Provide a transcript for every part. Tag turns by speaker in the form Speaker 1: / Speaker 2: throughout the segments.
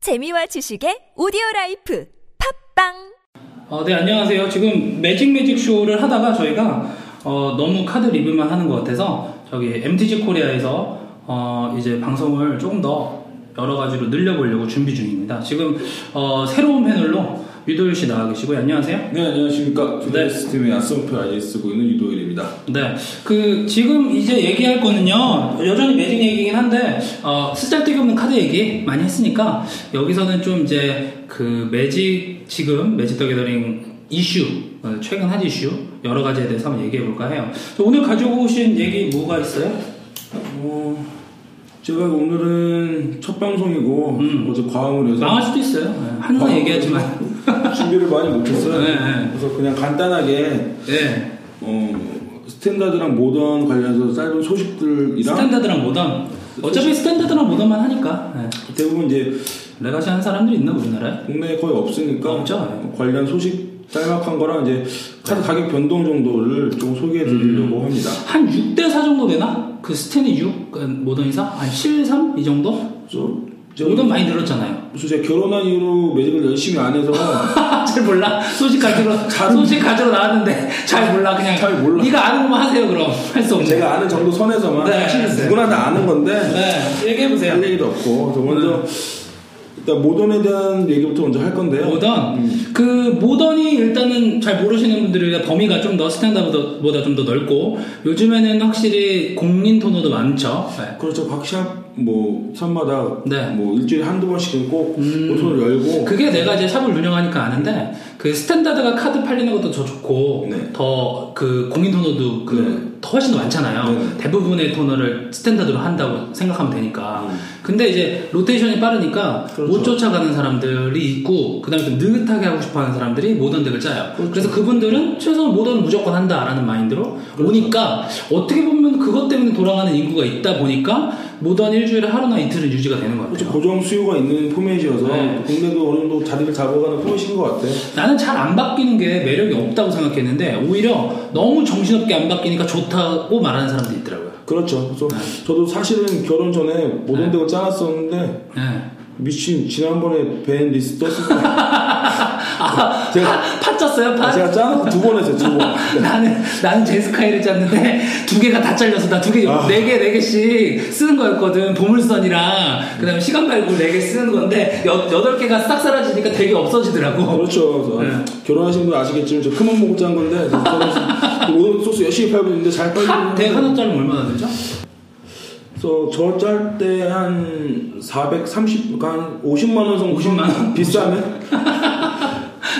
Speaker 1: 재미와 지식의 오디오 라이프 팝빵
Speaker 2: 어, 네, 안녕하세요. 지금 매직 매직 쇼를 하다가 저희가 어, 너무 카드 리뷰만 하는 것 같아서 저기 MTG 코리아에서 어, 이제 방송을 조금 더 여러 가지로 늘려보려고 준비 중입니다. 지금 어, 새로운 패널로 유도일 씨 나와 계시고요. 안녕하세요.
Speaker 3: 네 안녕하십니까
Speaker 2: 네.
Speaker 3: 조달 시스템의 안성표 아이디 쓰고 있는 유도일입니다.
Speaker 2: 네, 그 지금 이제 얘기할 거는요. 여전히 매직 얘기긴 한데 어, 쓰잘데기 없는 카드 얘기 많이 했으니까 여기서는 좀 이제 그 매직 지금 매직 더 게더링 이슈 어, 최근 핫 이슈 여러 가지에 대해서 한번 얘기해 볼까 해요. 저 오늘 가지고 오신 얘기 뭐가 있어요?
Speaker 3: 어, 제가 오늘은 첫 방송이고
Speaker 2: 음.
Speaker 3: 어제 과음을 해서
Speaker 2: 망할 수도 있어요. 네, 항상
Speaker 3: 과음.
Speaker 2: 얘기하지만.
Speaker 3: 준비를 많이 못했어요.
Speaker 2: 네, 네.
Speaker 3: 그래서 그냥 간단하게
Speaker 2: 네.
Speaker 3: 어, 스탠다드랑 모던 관련해서 짧은 소식들이랑
Speaker 2: 스탠다드랑 모던. 어차피 스탠다드랑 모던만 하니까 네.
Speaker 3: 대부분 이제
Speaker 2: 레가시 하는 사람들이 있나 우리나라에?
Speaker 3: 국내에 거의 없으니까
Speaker 2: 없죠.
Speaker 3: 관련 소식 짤막한 거랑 이제 카드 가격 변동 정도를 좀 소개해 드리려고 합니다.
Speaker 2: 한 6대 4 정도 되나? 그 스탠이 6, 모던이 4? 한 7, 3? 이 정도?
Speaker 3: 그래서 제가
Speaker 2: 모던 많이 늘었잖아요.
Speaker 3: 그래서 제가 결혼한 이후로 매직을 열심히 안 해서
Speaker 2: 잘 몰라. 소식 가지러,
Speaker 3: 잘-
Speaker 2: 소식 가지러 나왔는데 잘 몰라. 그냥.
Speaker 3: 잘 몰라.
Speaker 2: 네가 아는 것만 하세요, 그럼. 할 수 없네.
Speaker 3: 제가 아는 정도 선에서만
Speaker 2: 네, 알겠어요.
Speaker 3: 누구나 다 아는 건데
Speaker 2: 네, 얘기해보세요.
Speaker 3: 할 얘기도 없고 저 먼저 일단 모던에 대한 얘기부터 먼저 할 건데요.
Speaker 2: 모던 그 모던이 일단은 잘 모르시는 분들을 위해 범위가 좀 더 스탠다드보다 좀 더 넓고 요즘에는 확실히 공린 토너도 많죠. 네.
Speaker 3: 그렇죠. 각샵 뭐 산마다
Speaker 2: 네. 음.
Speaker 3: 뭐 일주일에 한두 번씩은 꼭 오토를 열고
Speaker 2: 그게 내가 이제 샵을 운영하니까 아는데 그 스탠다드가 카드 팔리는 것도 더 좋고
Speaker 3: 네.
Speaker 2: 더 그 공인 토너도 그
Speaker 3: 네.
Speaker 2: 더 훨씬 더 많잖아요.
Speaker 3: 네.
Speaker 2: 대부분의 토너를 스탠다드로 한다고 생각하면 되니까. 근데 이제 로테이션이 빠르니까
Speaker 3: 음. 그렇죠.
Speaker 2: 못 쫓아가는 사람들이 있고 그다음에 좀 느긋하게 하고 싶어 하는 사람들이 모던 덱을 짜요.
Speaker 3: 그렇죠.
Speaker 2: 그래서 그분들은 최소한 모던 무조건 한다라는 마인드로
Speaker 3: 그렇죠.
Speaker 2: 오니까 어떻게 보면 그것 때문에 돌아가는 인구가 있다 보니까 모던 일주일에 하루나 이틀은 유지가 되는 것
Speaker 3: 그렇죠.
Speaker 2: 같아요.
Speaker 3: 고정 수요가 있는 포맷이어서
Speaker 2: 네.
Speaker 3: 국내도 어느 정도 자리를 잡아가는 포맷인 것 같아요.
Speaker 2: 나는 잘 안 바뀌는 게 매력이 없다고 생각했는데 오히려 너무 정신없게 안 바뀌니까 좋다고 말하는 사람도 있더라고요.
Speaker 3: 그렇죠. 그래서
Speaker 2: 네.
Speaker 3: 저도 사실은 결혼 전에 모던 대고 짜놨었는데
Speaker 2: 네.
Speaker 3: 미친 지난번에 밴 리스 떴을 때
Speaker 2: 아, 파,
Speaker 3: 제가-
Speaker 2: 파 짰어요? 파?
Speaker 3: 제가 짜놓고 두 번 했어요. 두 번.
Speaker 2: 나는 나는 제스카이를 짰는데 두 개가 다 잘려서 나 두 개
Speaker 3: 아.
Speaker 2: 네 개 네 개씩 쓰는 거였거든 보물선이랑 그다음에 시간 발굴 네 개 쓰는 건데 여, 여덟 개가 싹 사라지니까 되게 없어지더라고.
Speaker 3: 그렇죠. 그래서
Speaker 2: 네.
Speaker 3: 결혼하신 분들 아시겠지만 저 큰맘 먹고 짠 건데 그래서 저는 오늘 소스 열심히 팔고 있는데 잘 팔고
Speaker 2: 하-
Speaker 3: 있는데
Speaker 2: 대 하나 짜면 얼마나 되죠?
Speaker 3: 그래서 저 짤 때 한 430, 그러니까 한 50만 원 정도
Speaker 2: 50만 원?
Speaker 3: 비싸면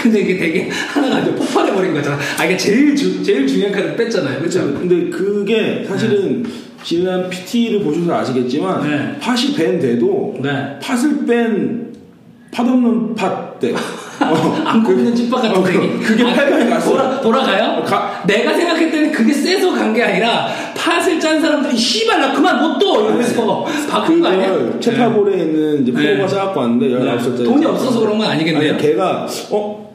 Speaker 2: 근데 이게 되게 하나가 이제 폭발해 버린 거잖아. 아 이게 제일 주, 제일 중요한 카드 뺐잖아요, 그렇죠?
Speaker 3: 근데 그게 사실은 지난 PT를 보셔서 아시겠지만
Speaker 2: 네.
Speaker 3: 팥이 밴 돼도
Speaker 2: 네.
Speaker 3: 팥을 뺀팥 없는 팥대
Speaker 2: 안 굽는 찐빵 같은
Speaker 3: 어. 그,
Speaker 2: 얘기.
Speaker 3: 그게
Speaker 2: 아,
Speaker 3: 팔방이 갔어
Speaker 2: 돌아, 돌아가요?
Speaker 3: 가-
Speaker 2: 내가 생각했더니 그게 세서 간 게 아니라 팥을 짠 사람들이 씨발 나 그만 못둬 이러면서 바꾼 거 아니야?
Speaker 3: 그걸 체파볼에 그러니까 있는 이제
Speaker 2: 네.
Speaker 3: 프로가 싸갖고 왔는데
Speaker 2: 네.
Speaker 3: 19살짜리
Speaker 2: 돈이 없어서 그런 건 아니겠네요.
Speaker 3: 아니, 걔가 어?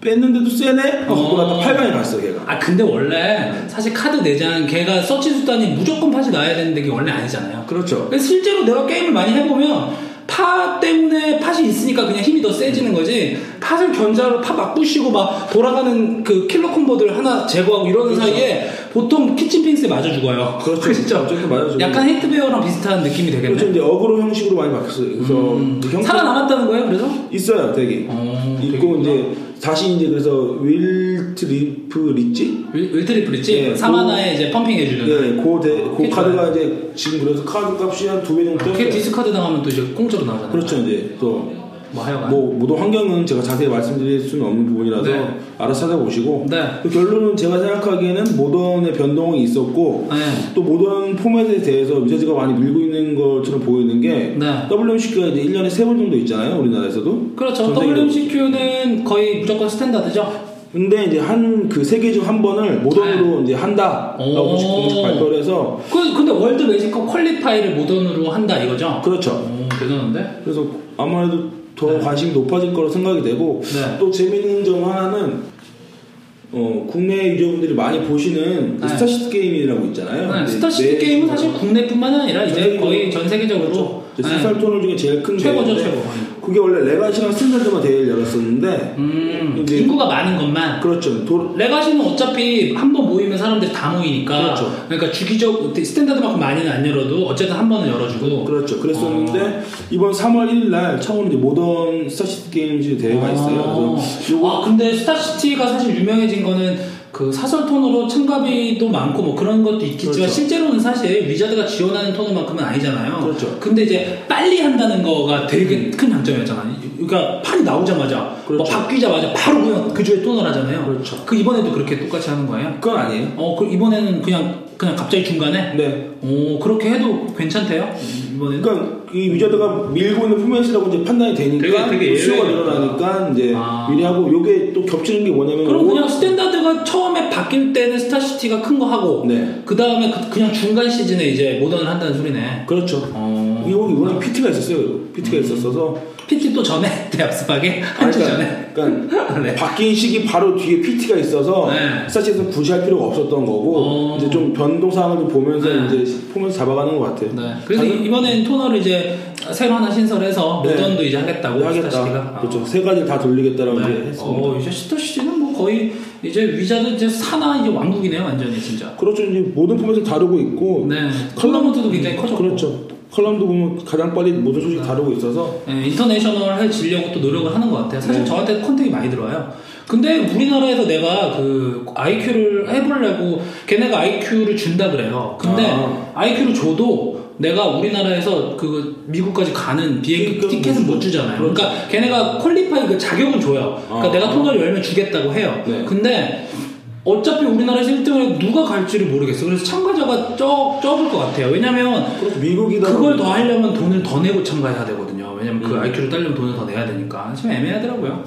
Speaker 3: 뺐는데도 세네? 어,
Speaker 2: 어.
Speaker 3: 갖고 나서 8강에 갔어 걔가
Speaker 2: 아 근데 원래 사실 카드 내장 걔가 서치 수단이 무조건 팥이 나야 되는 게 원래 아니잖아요.
Speaker 3: 그렇죠
Speaker 2: 근데 실제로 내가 게임을 많이 해보면 파 때문에 팥이 있으니까 그냥 힘이 더 세지는 거지 팥을 견자로 파 막 부시고 막 돌아가는 그 킬러 콤보들 하나 제거하고 이러는 사이에 보통 키친핑스에 맞아 죽어요
Speaker 3: 그렇죠.
Speaker 2: 진짜
Speaker 3: 어쨌든 맞아 죽어요.
Speaker 2: 약간 헤트베어랑 비슷한 느낌이
Speaker 3: 요즘
Speaker 2: 되겠네
Speaker 3: 그렇죠. 이제 어그로 형식으로 많이 바뀌었어요 그래서 그 형태
Speaker 2: 음. 살아남았다는 거예요 그래서?
Speaker 3: 있어요 되게
Speaker 2: 어,
Speaker 3: 있고 이제 다시 이제 그래서 윌트 리프 리치?
Speaker 2: 윌- 윌트리플 있지?
Speaker 3: 예,
Speaker 2: 사마나에 이제 펌핑해주는
Speaker 3: 네, 고, 대, 고
Speaker 2: 그게
Speaker 3: 카드가 이제 지금 그래서 카드 값이 한 두 배 정도
Speaker 2: 그게
Speaker 3: 떴어요
Speaker 2: 디스카드 당하면 또 이제 공짜로 나오잖아요
Speaker 3: 그렇죠 이제 또
Speaker 2: 뭐 하여간
Speaker 3: 뭐 모든 환경은 제가 자세히 말씀드릴 수는 없는 부분이라서
Speaker 2: 네.
Speaker 3: 알아서 찾아보시고
Speaker 2: 네.
Speaker 3: 그 결론은 제가 생각하기에는 모던의 변동이 있었고
Speaker 2: 네.
Speaker 3: 또 모던 포맷에 대해서 위자지가 많이 밀고 있는 것처럼 보이는 게
Speaker 2: 네.
Speaker 3: WMC가 이제 1년에 세 번 정도 있잖아요 우리나라에서도
Speaker 2: 그렇죠
Speaker 3: 전 세계로.
Speaker 2: WMCQ는 거의 무조건 스탠다드죠?
Speaker 3: 근데 이제 한 그 세 개 중 한 번을 모던으로 이제 한다라고
Speaker 2: 네. 오.
Speaker 3: 공식 발표를 해서
Speaker 2: 그, 근데 월드 매직컵 퀄리파이를 모던으로 한다 이거죠?
Speaker 3: 그렇죠
Speaker 2: 오, 대단한데?
Speaker 3: 그래서 아무래도 더 관심이 높아질 거로 생각이 되고
Speaker 2: 네.
Speaker 3: 또 재밌는 점 하나는 어, 국내 유저분들이 많이 보시는 그
Speaker 2: 네.
Speaker 3: 스타시티 게임이라고 있잖아요.
Speaker 2: 네,
Speaker 3: 근데
Speaker 2: 스타시티
Speaker 3: 내-
Speaker 2: 게임은 사실 국내뿐만 아니라 이제
Speaker 3: 전 세계적으로-
Speaker 2: 거의 전 세계적으로
Speaker 3: 네, 그렇죠.
Speaker 2: 네,
Speaker 3: 스타일 토너 중에 제일 큰
Speaker 2: 최고죠
Speaker 3: 게임인데
Speaker 2: 최고.
Speaker 3: 그게 원래 레가시랑 스탠다드만 대회를 열었었는데
Speaker 2: 음,
Speaker 3: 이제-
Speaker 2: 인구가 많은 것만.
Speaker 3: 네, 그렇죠. 도,
Speaker 2: 레가시는 어차피 한 번 모이면 사람들이 다 모이니까.
Speaker 3: 그렇죠.
Speaker 2: 러니까 주기적, 스탠다드만큼 많이는 안 열어도 어쨌든 한 번은 열어주고.
Speaker 3: 그렇죠. 그랬었는데
Speaker 2: 아.
Speaker 3: 이번 3월 1일 날 처음 이제 모던 스타시티 게임즈 대회가 있어요. 그래서 요거
Speaker 2: 아, 근데 스타시티가 사실 유명해진 거는 그 사설 톤으로 참가비도 많고 뭐 그런 것도 있겠지만
Speaker 3: 그렇죠.
Speaker 2: 실제로는 사실 위자드가 지원하는 톤만큼은 아니잖아요.
Speaker 3: 그렇죠. 음.
Speaker 2: 근데 이제 빨리 한다는 거가 되게 큰 장점이었잖아요. 그러니까 판이 나오자마자
Speaker 3: 그렇죠.
Speaker 2: 막 바뀌자마자 바로 그냥 그 주에 톤을 하잖아요.
Speaker 3: 그렇죠.
Speaker 2: 그 이번에도 그렇게 똑같이 하는 거예요?
Speaker 3: 그건 아니에요.
Speaker 2: 어, 그 이번에는 그냥 그냥 갑자기 중간에
Speaker 3: 네.
Speaker 2: 오 그렇게 해도 괜찮대요? 음, 이번에는
Speaker 3: 그러니까 이 위자드가 밀고 있는 포맷이라고 이제 판단이 되니까
Speaker 2: 되게- 되게
Speaker 3: 수요가
Speaker 2: 예외니까.
Speaker 3: 늘어나니까 이제
Speaker 2: 아.
Speaker 3: 미리하고 요게 또 겹치는 게 뭐냐면
Speaker 2: 그럼
Speaker 3: 올-
Speaker 2: 그냥 스탠다드가 처음에 바뀔 때는 스타시티가 큰 거 하고
Speaker 3: 네.
Speaker 2: 그다음에 그, 그냥 중간 시즌에 이제 모던을 한다는 소리네.
Speaker 3: 그렇죠.
Speaker 2: 어.
Speaker 3: 이거 이번에 PT가 있었어요. PT가 있었어서
Speaker 2: PT 또 전에 대학습하게 한 주 전에.
Speaker 3: 아, 그러니까, 그러니까
Speaker 2: 네.
Speaker 3: 바뀐 시기 바로 뒤에 PT가 있어서
Speaker 2: 네.
Speaker 3: 사실은 부시할 필요가 없었던 거고
Speaker 2: 어.
Speaker 3: 이제 좀 변동 사항을 좀 보면서
Speaker 2: 네.
Speaker 3: 이제 폼을 잡아가는 것 같아요.
Speaker 2: 네. 그래서 이- 이번엔 토너를 이제 새로 하나 신설해서
Speaker 3: 네.
Speaker 2: 모던도 이제 하겠다고 스타시티가.
Speaker 3: 하겠다. 그렇죠. 세 가지 다 돌리겠다라고 이제
Speaker 2: 네.
Speaker 3: 했습니다.
Speaker 2: 어, 이제 스타시티는 뭐 거의 이제 위자드 이제 사나 이제 왕국이네요 완전히 진짜.
Speaker 3: 그렇죠. 이제 모든 포맷을 다루고 있고
Speaker 2: 네. 컬러먼트도 굉장히 커졌고.
Speaker 3: 그렇죠. 컬럼도 보면 가장 빨리 모든 소식 다루고 있어서
Speaker 2: 예, 인터내셔널 해지려고 또 노력을 하는 것 같아요. 사실
Speaker 3: 네.
Speaker 2: 저한테 컨택이 많이 들어와요. 근데 우리나라에서 내가 그 IQ를 해보려고 걔네가 IQ를 준다 그래요. 근데
Speaker 3: 아.
Speaker 2: IQ를 줘도 내가 우리나라에서 그 미국까지 가는 비행기
Speaker 3: 그러니까
Speaker 2: 티켓은
Speaker 3: 못
Speaker 2: 못 주잖아요. 그러니까 걔네가 퀄리파이 그 자격은 줘요. 그러니까
Speaker 3: 아.
Speaker 2: 내가 통과를 열면 주겠다고 해요.
Speaker 3: 네.
Speaker 2: 근데 어차피 우리나라에서 1등을 누가 갈지를 모르겠어. 그래서 참가자가 적, 적을 것 같아요. 왜냐면
Speaker 3: 그렇죠. 미국이다.
Speaker 2: 그걸
Speaker 3: 보니까.
Speaker 2: 더 하려면 돈을 더 내고 참가해야 되거든요. 왜냐면
Speaker 3: 음.
Speaker 2: 그 IQ를 따려면 돈을 더 내야 되니까. 참 애매하더라고요.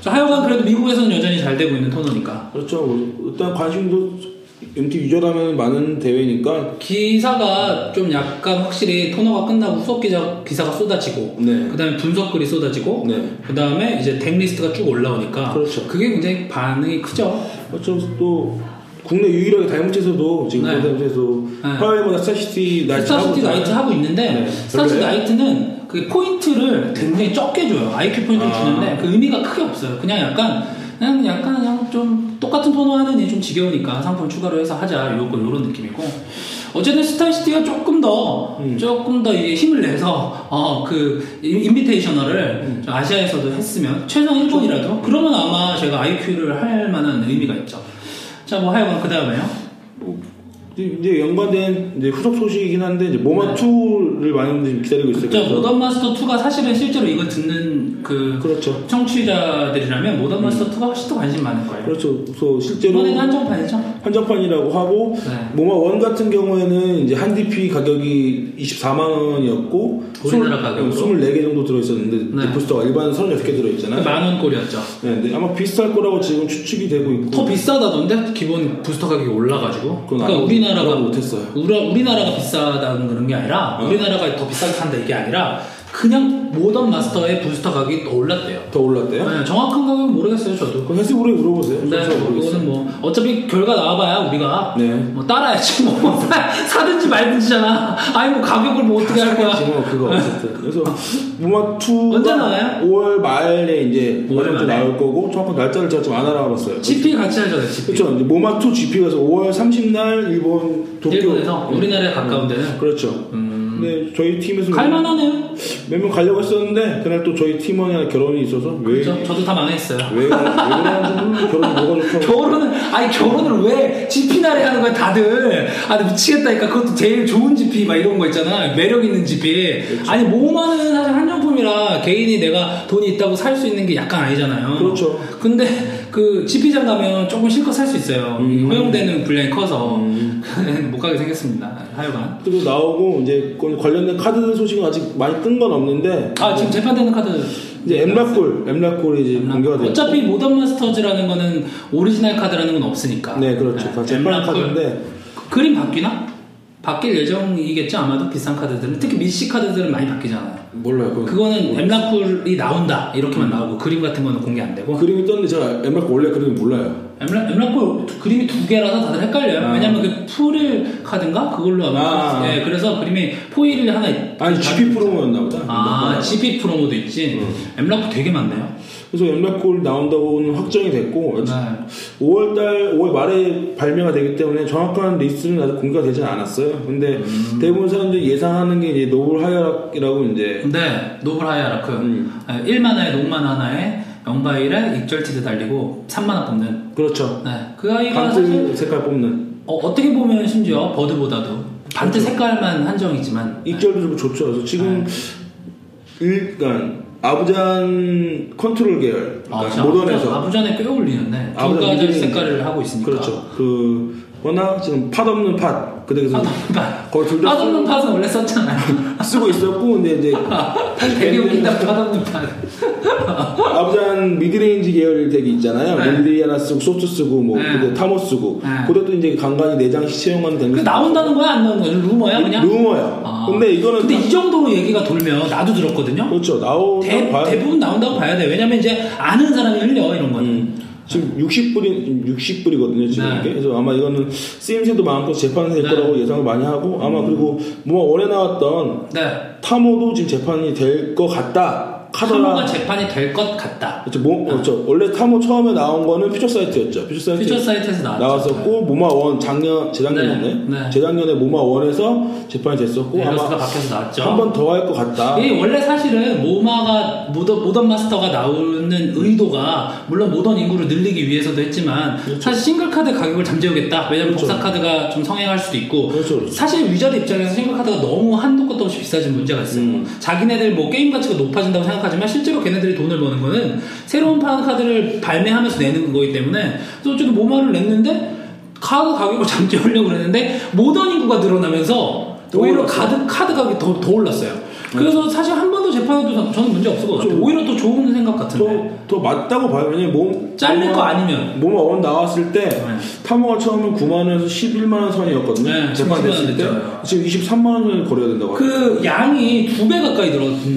Speaker 2: 자, 하여간 그래도 미국에서는 여전히 잘 되고 있는 토너니까.
Speaker 3: 그렇죠. 일단 관심도 MT 유저라면 많은 대회니까
Speaker 2: 기사가 좀 약간 확실히 토너가 끝나고 후속 기사, 기사가 쏟아지고,
Speaker 3: 네.
Speaker 2: 그 다음에 분석글이 쏟아지고,
Speaker 3: 네.
Speaker 2: 그 다음에 이제 덱리스트가 쭉 올라오니까.
Speaker 3: 그렇죠.
Speaker 2: 그게 굉장히 반응이 크죠.
Speaker 3: 그렇죠. 또 국내 유일하게 다이아몬드에서도 지금
Speaker 2: 네.
Speaker 3: 다이아몬드에서
Speaker 2: 네.
Speaker 3: 화요일마다 스타시티 나이트
Speaker 2: 스타시티
Speaker 3: 하고
Speaker 2: 나이트 하고 있는데
Speaker 3: 네.
Speaker 2: 스타시티
Speaker 3: 별로예요?
Speaker 2: 나이트는 그 포인트를 굉장히 적게 줘요. IQ 포인트를
Speaker 3: 아.
Speaker 2: 주는데 그 의미가 크게 없어요. 그냥 약간 그냥 약간 그냥 좀 똑같은 토너 하느니 좀 지겨우니까 상품 추가로 해서 하자 요거 요런 느낌이고 어쨌든 스타시티가 조금 더
Speaker 3: 음.
Speaker 2: 조금 더 이제 힘을 내서 어그 인비테이셔널을
Speaker 3: 음.
Speaker 2: 좀 아시아에서도 했으면 최소 일본이라도
Speaker 3: 그렇죠.
Speaker 2: 그러면 아마 제가 IQ를 할 만한 의미가 있죠. 자 뭐 하여간 그 다음에요.
Speaker 3: 이제 연관된 이제 후속 소식이긴 한데 이제
Speaker 2: 네.
Speaker 3: 모마 2를 많은 분들이 기다리고 있어요.
Speaker 2: 자,
Speaker 3: 그래서
Speaker 2: 모던 마스터 2가 사실은 실제로 이거 듣는 그
Speaker 3: 그렇죠.
Speaker 2: 청취자들이라면 모던 마스터 2가 훨씬 더 관심 많을 거예요.
Speaker 3: 그렇죠. 그래서 실제로
Speaker 2: 이번에는 한정판이죠?
Speaker 3: 한정판이라고 하고
Speaker 2: 네.
Speaker 3: 모마 1 같은 경우에는 이제 한 DP 가격이 24만 원이었고
Speaker 2: 우리나라 가격으로?
Speaker 3: 24개 정도 들어 있었는데
Speaker 2: 네.
Speaker 3: 디포스터가 일반 36개 들어 있잖아요.
Speaker 2: 만원 그 꼴이었죠.
Speaker 3: 네, 근데 아마 비쌀 거라고 지금 추측이 되고 있고
Speaker 2: 더 비싸다던데 기본 부스터 가격이 올라가지고
Speaker 3: 그건
Speaker 2: 음. 그러니까
Speaker 3: 아니고
Speaker 2: 우리나라가
Speaker 3: 그건 못했어요.
Speaker 2: 우리, 우리나라가 비싸다는 그런 게 아니라
Speaker 3: 어.
Speaker 2: 우리나라가 더 비싸게 산다 이게 아니라 그냥 모던 마스터의 부스터 가격이 더 올랐대요.
Speaker 3: 더 올랐대요.
Speaker 2: 네, 정확한 가격은 모르겠어요 저도.
Speaker 3: 그럼 헬스부로에 물어보세요.
Speaker 2: 네,
Speaker 3: 저도 그렇죠, 모르겠어요.
Speaker 2: 그거는 뭐 어차피 결과 나와봐야 우리가
Speaker 3: 네.
Speaker 2: 뭐 따라야지 뭐 사- 사든지 말든지잖아. 아니 뭐 가격을 뭐 어떻게 할 거야.
Speaker 3: 지금 그거 어쨌든 그래서 모마 2가
Speaker 2: 언제 나와요?
Speaker 3: 5월 말에 이제
Speaker 2: 5월
Speaker 3: 마지막
Speaker 2: 말에?
Speaker 3: 나올 거고 정확한 날짜를 제가 좀 안 알아봤어요.
Speaker 2: GP 같이 하잖아요. GP.
Speaker 3: 그렇죠. 이제 모마 2 GP에서 5월 30날 일본 도쿄
Speaker 2: 일본에서 우리나라에 가까운 데는 음.
Speaker 3: 그렇죠. 근데 저희 팀에서
Speaker 2: 갈만하네요.
Speaker 3: 몇 명 가려고 했었는데 그날 또 저희 팀원이랑 결혼이 있어서 왜
Speaker 2: 그렇죠? 저도 다 망했어요.
Speaker 3: 왜, 왜 그러는지 결혼이 뭐가 좋다고
Speaker 2: 어. 결혼은 아니 결혼을 왜 GP 날에 하는 거야 다들. 아 나 미치겠다니까 그것도 제일 좋은 GP 막 이런 거 있잖아. 매력 있는 GP.
Speaker 3: 그렇죠.
Speaker 2: 아니 모마는 사실 한정품이라 개인이 내가 돈이 있다고 살 수 있는 게 약간 아니잖아요.
Speaker 3: 그렇죠.
Speaker 2: 근데 그 GP장 가면 조금 실컷 살 수 있어요.
Speaker 3: 음.
Speaker 2: 허용되는 분량이 커서
Speaker 3: 음.
Speaker 2: 못 가게 생겼습니다. 하여간.
Speaker 3: 그리고 나오고 이제 그 관련된 카드 소식은 아직 많이 뜬 건 없는데
Speaker 2: 아 지금 재판되는 카드
Speaker 3: 이제 엠라콜 엠라콜이 이제 공개가 됐고
Speaker 2: 음, 어차피 모던 마스터즈라는 거는 오리지널 카드라는 건 없으니까.
Speaker 3: 네 그렇죠 다 재판
Speaker 2: 엠라콜.
Speaker 3: 카드인데
Speaker 2: 그- 그림 바뀌나? 바뀔 예정이겠죠 아마도 비싼 카드들은 특히 미시 카드들은 많이 바뀌잖아요.
Speaker 3: 몰라요 그건. 음.
Speaker 2: 그거는 엠라쿨이 나온다 이렇게만 나오고 그림 같은 거는 공개 안 되고
Speaker 3: 뭐 그림이 떴는데 제가 엠라콜 원래 그림이 몰라요
Speaker 2: 엠라, 엠라코 그림이 두 개라서 다들 헷갈려요.
Speaker 3: 아.
Speaker 2: 왜냐면 그 풀을 카든가 그걸로 아마
Speaker 3: 아.
Speaker 2: 예, 그래서 그림이 포일이 하나 있-
Speaker 3: 아니 GP 프로모였나 음. 보다.
Speaker 2: 아, GP 프로모도 있지. 엠라코 되게 많네요.
Speaker 3: 그래서 엠라콜 나온다고는 확정이 됐고
Speaker 2: 네.
Speaker 3: 5월달 5월 말에 발매가 되기 때문에 정확한 리스트는 아직 공개가 되진 않았어요. 근데
Speaker 2: 음.
Speaker 3: 대부분 사람들이 예상하는 게 이제 노블 하이어락이라고 이제
Speaker 2: 근데 네, 노블 하이아라크 네,
Speaker 3: 음.
Speaker 2: 1만화에 녹만 하나에 0바일에 익절티드 달리고 3만화 뽑는
Speaker 3: 그렇죠.
Speaker 2: 네, 그 아이가 사실
Speaker 3: 강제 색깔 뽑는
Speaker 2: 어, 어떻게 보면
Speaker 3: 음.
Speaker 2: 심지어 버드보다도 반대
Speaker 3: 그렇죠.
Speaker 2: 색깔만 한정이지만
Speaker 3: 입결도 좀 좋죠. 그래서 지금
Speaker 2: 네.
Speaker 3: 일간 아부잔 컨트롤 계열
Speaker 2: 아,
Speaker 3: 그러니까
Speaker 2: 진짜
Speaker 3: 모던에서
Speaker 2: 아부전에꽤 어울리는데
Speaker 3: 아부전
Speaker 2: 두가지
Speaker 3: 굉장히-
Speaker 2: 색깔을 하고 있으니까
Speaker 3: 그렇죠. 그 워낙 지금 팥 없는 팥 그대에서
Speaker 2: 파동파
Speaker 3: 거의 둘다
Speaker 2: 파동는 파은 원래 썼잖아요
Speaker 3: 쓰고 있었고 근데 이제 네.
Speaker 2: 되게 웃긴다 파동는 파
Speaker 3: 아부잔 미드레인지 계열 덱이 있잖아요.
Speaker 2: 네.
Speaker 3: 밀리아나 쓰고 소프트 쓰고 뭐
Speaker 2: 네.
Speaker 3: 그대 타모 쓰고
Speaker 2: 네.
Speaker 3: 그것도 이제 간간히 내장 시험하는
Speaker 2: 그
Speaker 3: 덱.
Speaker 2: 나온다는 거야 안 나오는 거야 루머야 그냥
Speaker 3: 루머예요.
Speaker 2: 아.
Speaker 3: 음. 근데 이거는
Speaker 2: 근데
Speaker 3: 다-
Speaker 2: 이 정도로 얘기가 돌면 나도 들었거든요
Speaker 3: 그렇죠. 나오다
Speaker 2: 대,
Speaker 3: 봐야
Speaker 2: 대부분 나온다고 봐야 돼 왜냐면 이제 아는 사람이 흘려 이런 거는
Speaker 3: 음. 지금 60불이 60불이거든요 지금
Speaker 2: 네.
Speaker 3: 이게 그래서 아마 이거는 쓰임새도 많고 재판이 될
Speaker 2: 네. 음.
Speaker 3: 거라고 예상을 많이 하고 아마 그리고 뭐 올해 나왔던
Speaker 2: 네
Speaker 3: 타모도 지금 재판이 될 것 같다
Speaker 2: 카모가
Speaker 3: 카더라
Speaker 2: 재판이 될 것 같다
Speaker 3: 그렇죠, 뭐, 그렇죠. 원래 타모 처음에 나온 거는 퓨처 사이트였죠 퓨처 사이트
Speaker 2: 퓨처 사이트에서 나왔죠
Speaker 3: 나왔었고 모마원 작년 재작년이네
Speaker 2: 네, 네.
Speaker 3: 재작년에 모마원에서 재판이 됐었고
Speaker 2: 에러스가
Speaker 3: 아마
Speaker 2: 바뀌어서 네, 나왔죠
Speaker 3: 한 번 더 할 것 같다
Speaker 2: 이 예, 원래 사실은 모마가 모던, 모던 마스터가 나오는 의도가 물론 모던 인구를 늘리기 위해서도 했지만 사실 싱글 카드 가격을 잠재우겠다. 왜냐면
Speaker 3: 그렇죠.
Speaker 2: 복사 카드가 좀 성행할 수도 있고
Speaker 3: 그렇죠, 그렇죠.
Speaker 2: 사실 위저드 입장에서 싱글 카드가 너무 한도 끝도 없이 비싸진 문제가 있어요.
Speaker 3: 음.
Speaker 2: 자기네들 뭐 게임 가치가 높아진다고 생각하지만 실제로 걔네들이 돈을 버는 거는 새로운 파운 카드를 발매하면서 내는 거기 때문에 그래서 어쨌든 모마를 냈는데 카드 가격을 잠재우려고 그랬는데 모던 인구가 늘어나면서
Speaker 3: 더
Speaker 2: 오히려
Speaker 3: 올랐어요.
Speaker 2: 카드 카드 가격이 더, 더 올랐어요. 그래서 사실 한 번 더 재판해도 저는 문제 없을 것 같아요. 오히려 더 좋은 생각 같은데.
Speaker 3: 더, 더 맞다고 봐요 왜냐면 몸
Speaker 2: 잘릴 거 아니면.
Speaker 3: 몸 어원 나왔을 때 타모가 처음에 9만 원에서 11만 원 선이었거든요.
Speaker 2: 네,
Speaker 3: 재판됐을
Speaker 2: 11만
Speaker 3: 때
Speaker 2: 원이었잖아요.
Speaker 3: 지금 23만 원을 거려야 된다고 하더라고요.
Speaker 2: 그 양이 두 배 가까이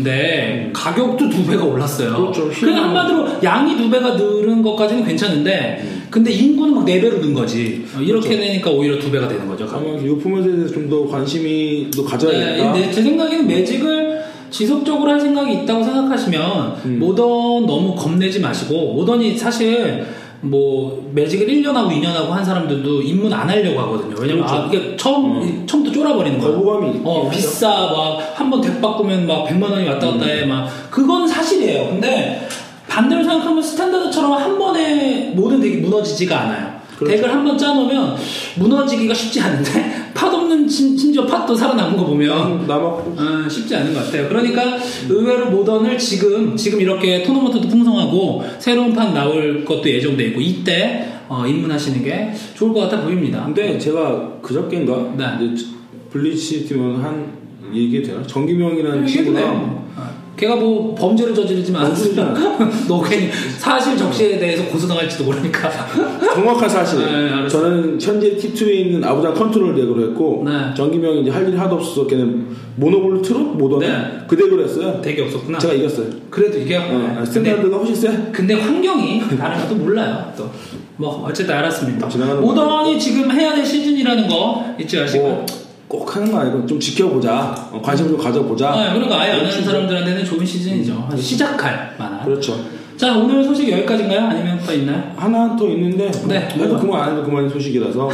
Speaker 2: 늘었는데 가격도 두 배가 올랐어요.
Speaker 3: 그렇죠.
Speaker 2: 그냥 한마디로 양이 두 배가 늘은 것까지는 괜찮은데 근데 인구는 막 네 배로 는 거지. 어,
Speaker 3: 그렇죠.
Speaker 2: 이렇게 되니까 오히려 두 배가 되는 거죠. 가격.
Speaker 3: 아마 요품에 대해서 좀 더 관심이 더 가져야겠다.
Speaker 2: 네, 네, 제 생각에는 매직을 지속적으로 할 생각이 있다고 생각하시면
Speaker 3: 음.
Speaker 2: 모던 너무 겁내지 마시고 모던이 사실 뭐 매직을 1년하고 2년하고 한 사람들도 입문 안 하려고 하거든요. 왜냐면 아, 이게 처음 처음부터 쫄아버리는 거예요.
Speaker 3: 그렇죠. 거부감이 있긴
Speaker 2: 어,
Speaker 3: 하죠.
Speaker 2: 비싸 막한번덱 바꾸면 막 100만 원이 왔다 갔다
Speaker 3: 음.
Speaker 2: 해 막 그건 사실이에요. 근데 반대로 생각하면 스탠다드처럼 한 번에 모든 덱이 무너지지가 않아요.
Speaker 3: 그렇죠.
Speaker 2: 덱을 한 번 짜놓으면 무너지기가 쉽지 않은데 팟 없는 심- 심지어 팟도 살아남은 거 보면
Speaker 3: 남았고
Speaker 2: 아, 쉽지 않은 것 같아요. 그러니까
Speaker 3: 음.
Speaker 2: 의외로 모던을 지금 지금 이렇게 토너먼트도 풍성하고 새로운 판 나올 것도 예정돼 있고 이때 어, 입문하시는 게 좋을 것 같아 보입니다.
Speaker 3: 근데 제가 그저께인가
Speaker 2: 네.
Speaker 3: 이제 블리치 팀원 한 얘기 되나? 정기명이라는
Speaker 2: 네, 얘기해도
Speaker 3: 친구랑
Speaker 2: 돼요. 어, 음. 걔가 뭐 범죄를 저지르지만
Speaker 3: 범죄를
Speaker 2: 너 괜히 사실 적시에 대해서 고소당할지도 모르니까.
Speaker 3: 정확한 사실.
Speaker 2: 네, 알았어요.
Speaker 3: 저는 현재 T2에 있는 아부자 컨트롤 덱으로 했고
Speaker 2: 네.
Speaker 3: 정기명이 이제 할 일이 하도 없어서 걔는 모노블 트롯 모던에
Speaker 2: 네.
Speaker 3: 그 덱으로 했어요.
Speaker 2: 되게 없었구나.
Speaker 3: 제가 이겼어요.
Speaker 2: 그래도 이게
Speaker 3: 어,
Speaker 2: 근데-
Speaker 3: 스탠다드가 훨씬 세. 뭐,
Speaker 2: 근데 환경이 다른 것도 몰라요. 또. 뭐 어쨌든 알았습니다.
Speaker 3: 지나가는
Speaker 2: 모던이 지금 해야 될 시즌이라는 거 잊지 마시고.
Speaker 3: 뭐, 꼭 하는 거 아니고 좀 지켜보자. 어, 관심 좀 가져보자.
Speaker 2: 아, 그러니까 아예 안 하는
Speaker 3: 시즌.
Speaker 2: 사람들한테는 좋은 시즌이죠. 시작할 만한.
Speaker 3: 음, 그렇죠.
Speaker 2: 자 오늘 소식 여기까지인가요? 아니면 또 있나요?
Speaker 3: 하나 또 있는데
Speaker 2: 네.
Speaker 3: 해도 그만 안 해도 그만 소식이라서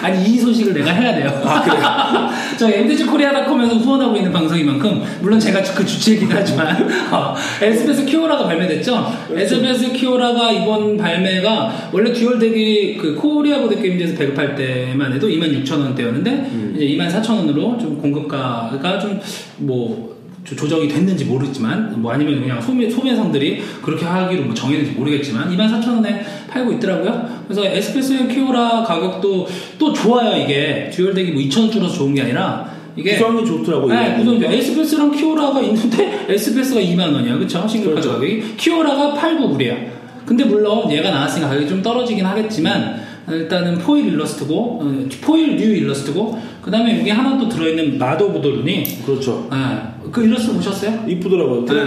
Speaker 2: 아니 이 소식을 내가 해야 돼요. 저 MDG 코리아닷컴에서 후원하고 있는 방송이만큼 물론 제가 그 주체이긴 하지만 어, SBS 키오라가 발매됐죠. SBS 키오라가 이번 발매가 원래 듀얼 덱이 그 코리아 보드 게임즈에서 배급할 때만 해도 26,000원대였는데 이제 24,000원으로 좀 공급가가 좀뭐 조- 조정이 됐는지 모르지만 뭐 아니면 그냥 소매, 소매상들이 그렇게 하기로 뭐 정했는지 모르겠지만 24,000원에 팔고 있더라고요. 그래서 에스프레소 키오라 가격도 또 좋아요 이게 듀얼덱이 뭐 2,000원 줄어서 좋은 게 아니라 이게
Speaker 3: 구성이 좋더라고요.
Speaker 2: 네, 구성이 에스프레스랑 키오라가 있는데 에스프레스가 2만 원이야, 그렇죠? 싱글 카드
Speaker 3: 그렇죠.
Speaker 2: 가격이 키오라가 8구불이야. 근데 물론 얘가 나왔으니까 가격이 좀 떨어지긴 하겠지만 일단은 포일 일러스트고 어, 포일 뉴 일러스트고 그 다음에 여기 하나 또 들어있는 마더 보돌룬이
Speaker 3: 그렇죠.
Speaker 2: 예, 그 일러스트 보셨어요?
Speaker 3: 이쁘더라고요.
Speaker 2: 네.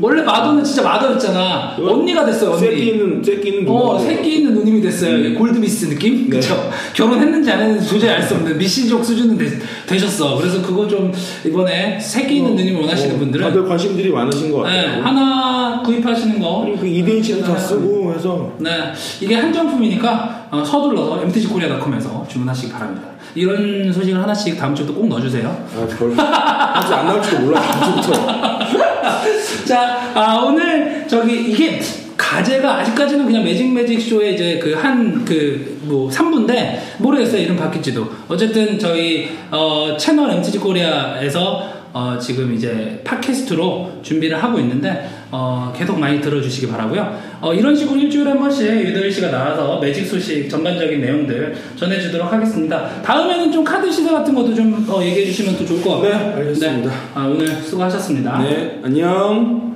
Speaker 2: 원래 마더는 진짜 마더였잖아.
Speaker 3: 어?
Speaker 2: 언니가 됐어요, 언니.
Speaker 3: 새끼 있는 새끼 있는
Speaker 2: 어,
Speaker 3: 누나더라고요.
Speaker 2: 새끼 있는 누님이 됐어요. 이게 골드미스 느낌?
Speaker 3: 네.
Speaker 2: 그쵸? 결혼했는지 안 했는지 도저히 알 수 없는 미신적 수준은 되, 되셨어. 그래서 그거 좀 이번에 새끼 있는 누님을 원하시는
Speaker 3: 어,
Speaker 2: 분들은
Speaker 3: 다들 관심들이 많으신 것
Speaker 2: 네,
Speaker 3: 같아요.
Speaker 2: 하나 구입하시는 거.
Speaker 3: 그리고 그 이데이치도 다 쓰고 해서
Speaker 2: 네, 이게 한정품이니까 어, 서둘러서 MTG 코리아닷컴에서 주문하시기 바랍니다. 이런 소식을 하나씩 다음 주부터 꼭 넣어주세요.
Speaker 3: 아, 별 아직 안 나올지도 몰라 지금부터.
Speaker 2: 자, 아, 오늘 저기 이게 가제가 아직까지는 그냥 매직 매직 쇼의 이제 그 한 그 뭐 3부인데 모르겠어요 이름 바뀔지도 어쨌든 저희 어, 채널 MTG 코리아에서 어, 지금 이제 팟캐스트로 준비를 하고 있는데 어, 계속 많이 들어주시기 바라고요. 어, 이런 식으로 일주일에 한 번씩 유도일 씨가 나와서 매직 소식 전반적인 내용들 전해주도록 하겠습니다. 다음에는 좀 카드 시세 같은 것도 좀 어, 얘기해 주시면 또 좋을 것 같고요.
Speaker 3: 네, 알겠습니다.
Speaker 2: 아, 오늘 수고하셨습니다.
Speaker 3: 네, 안녕.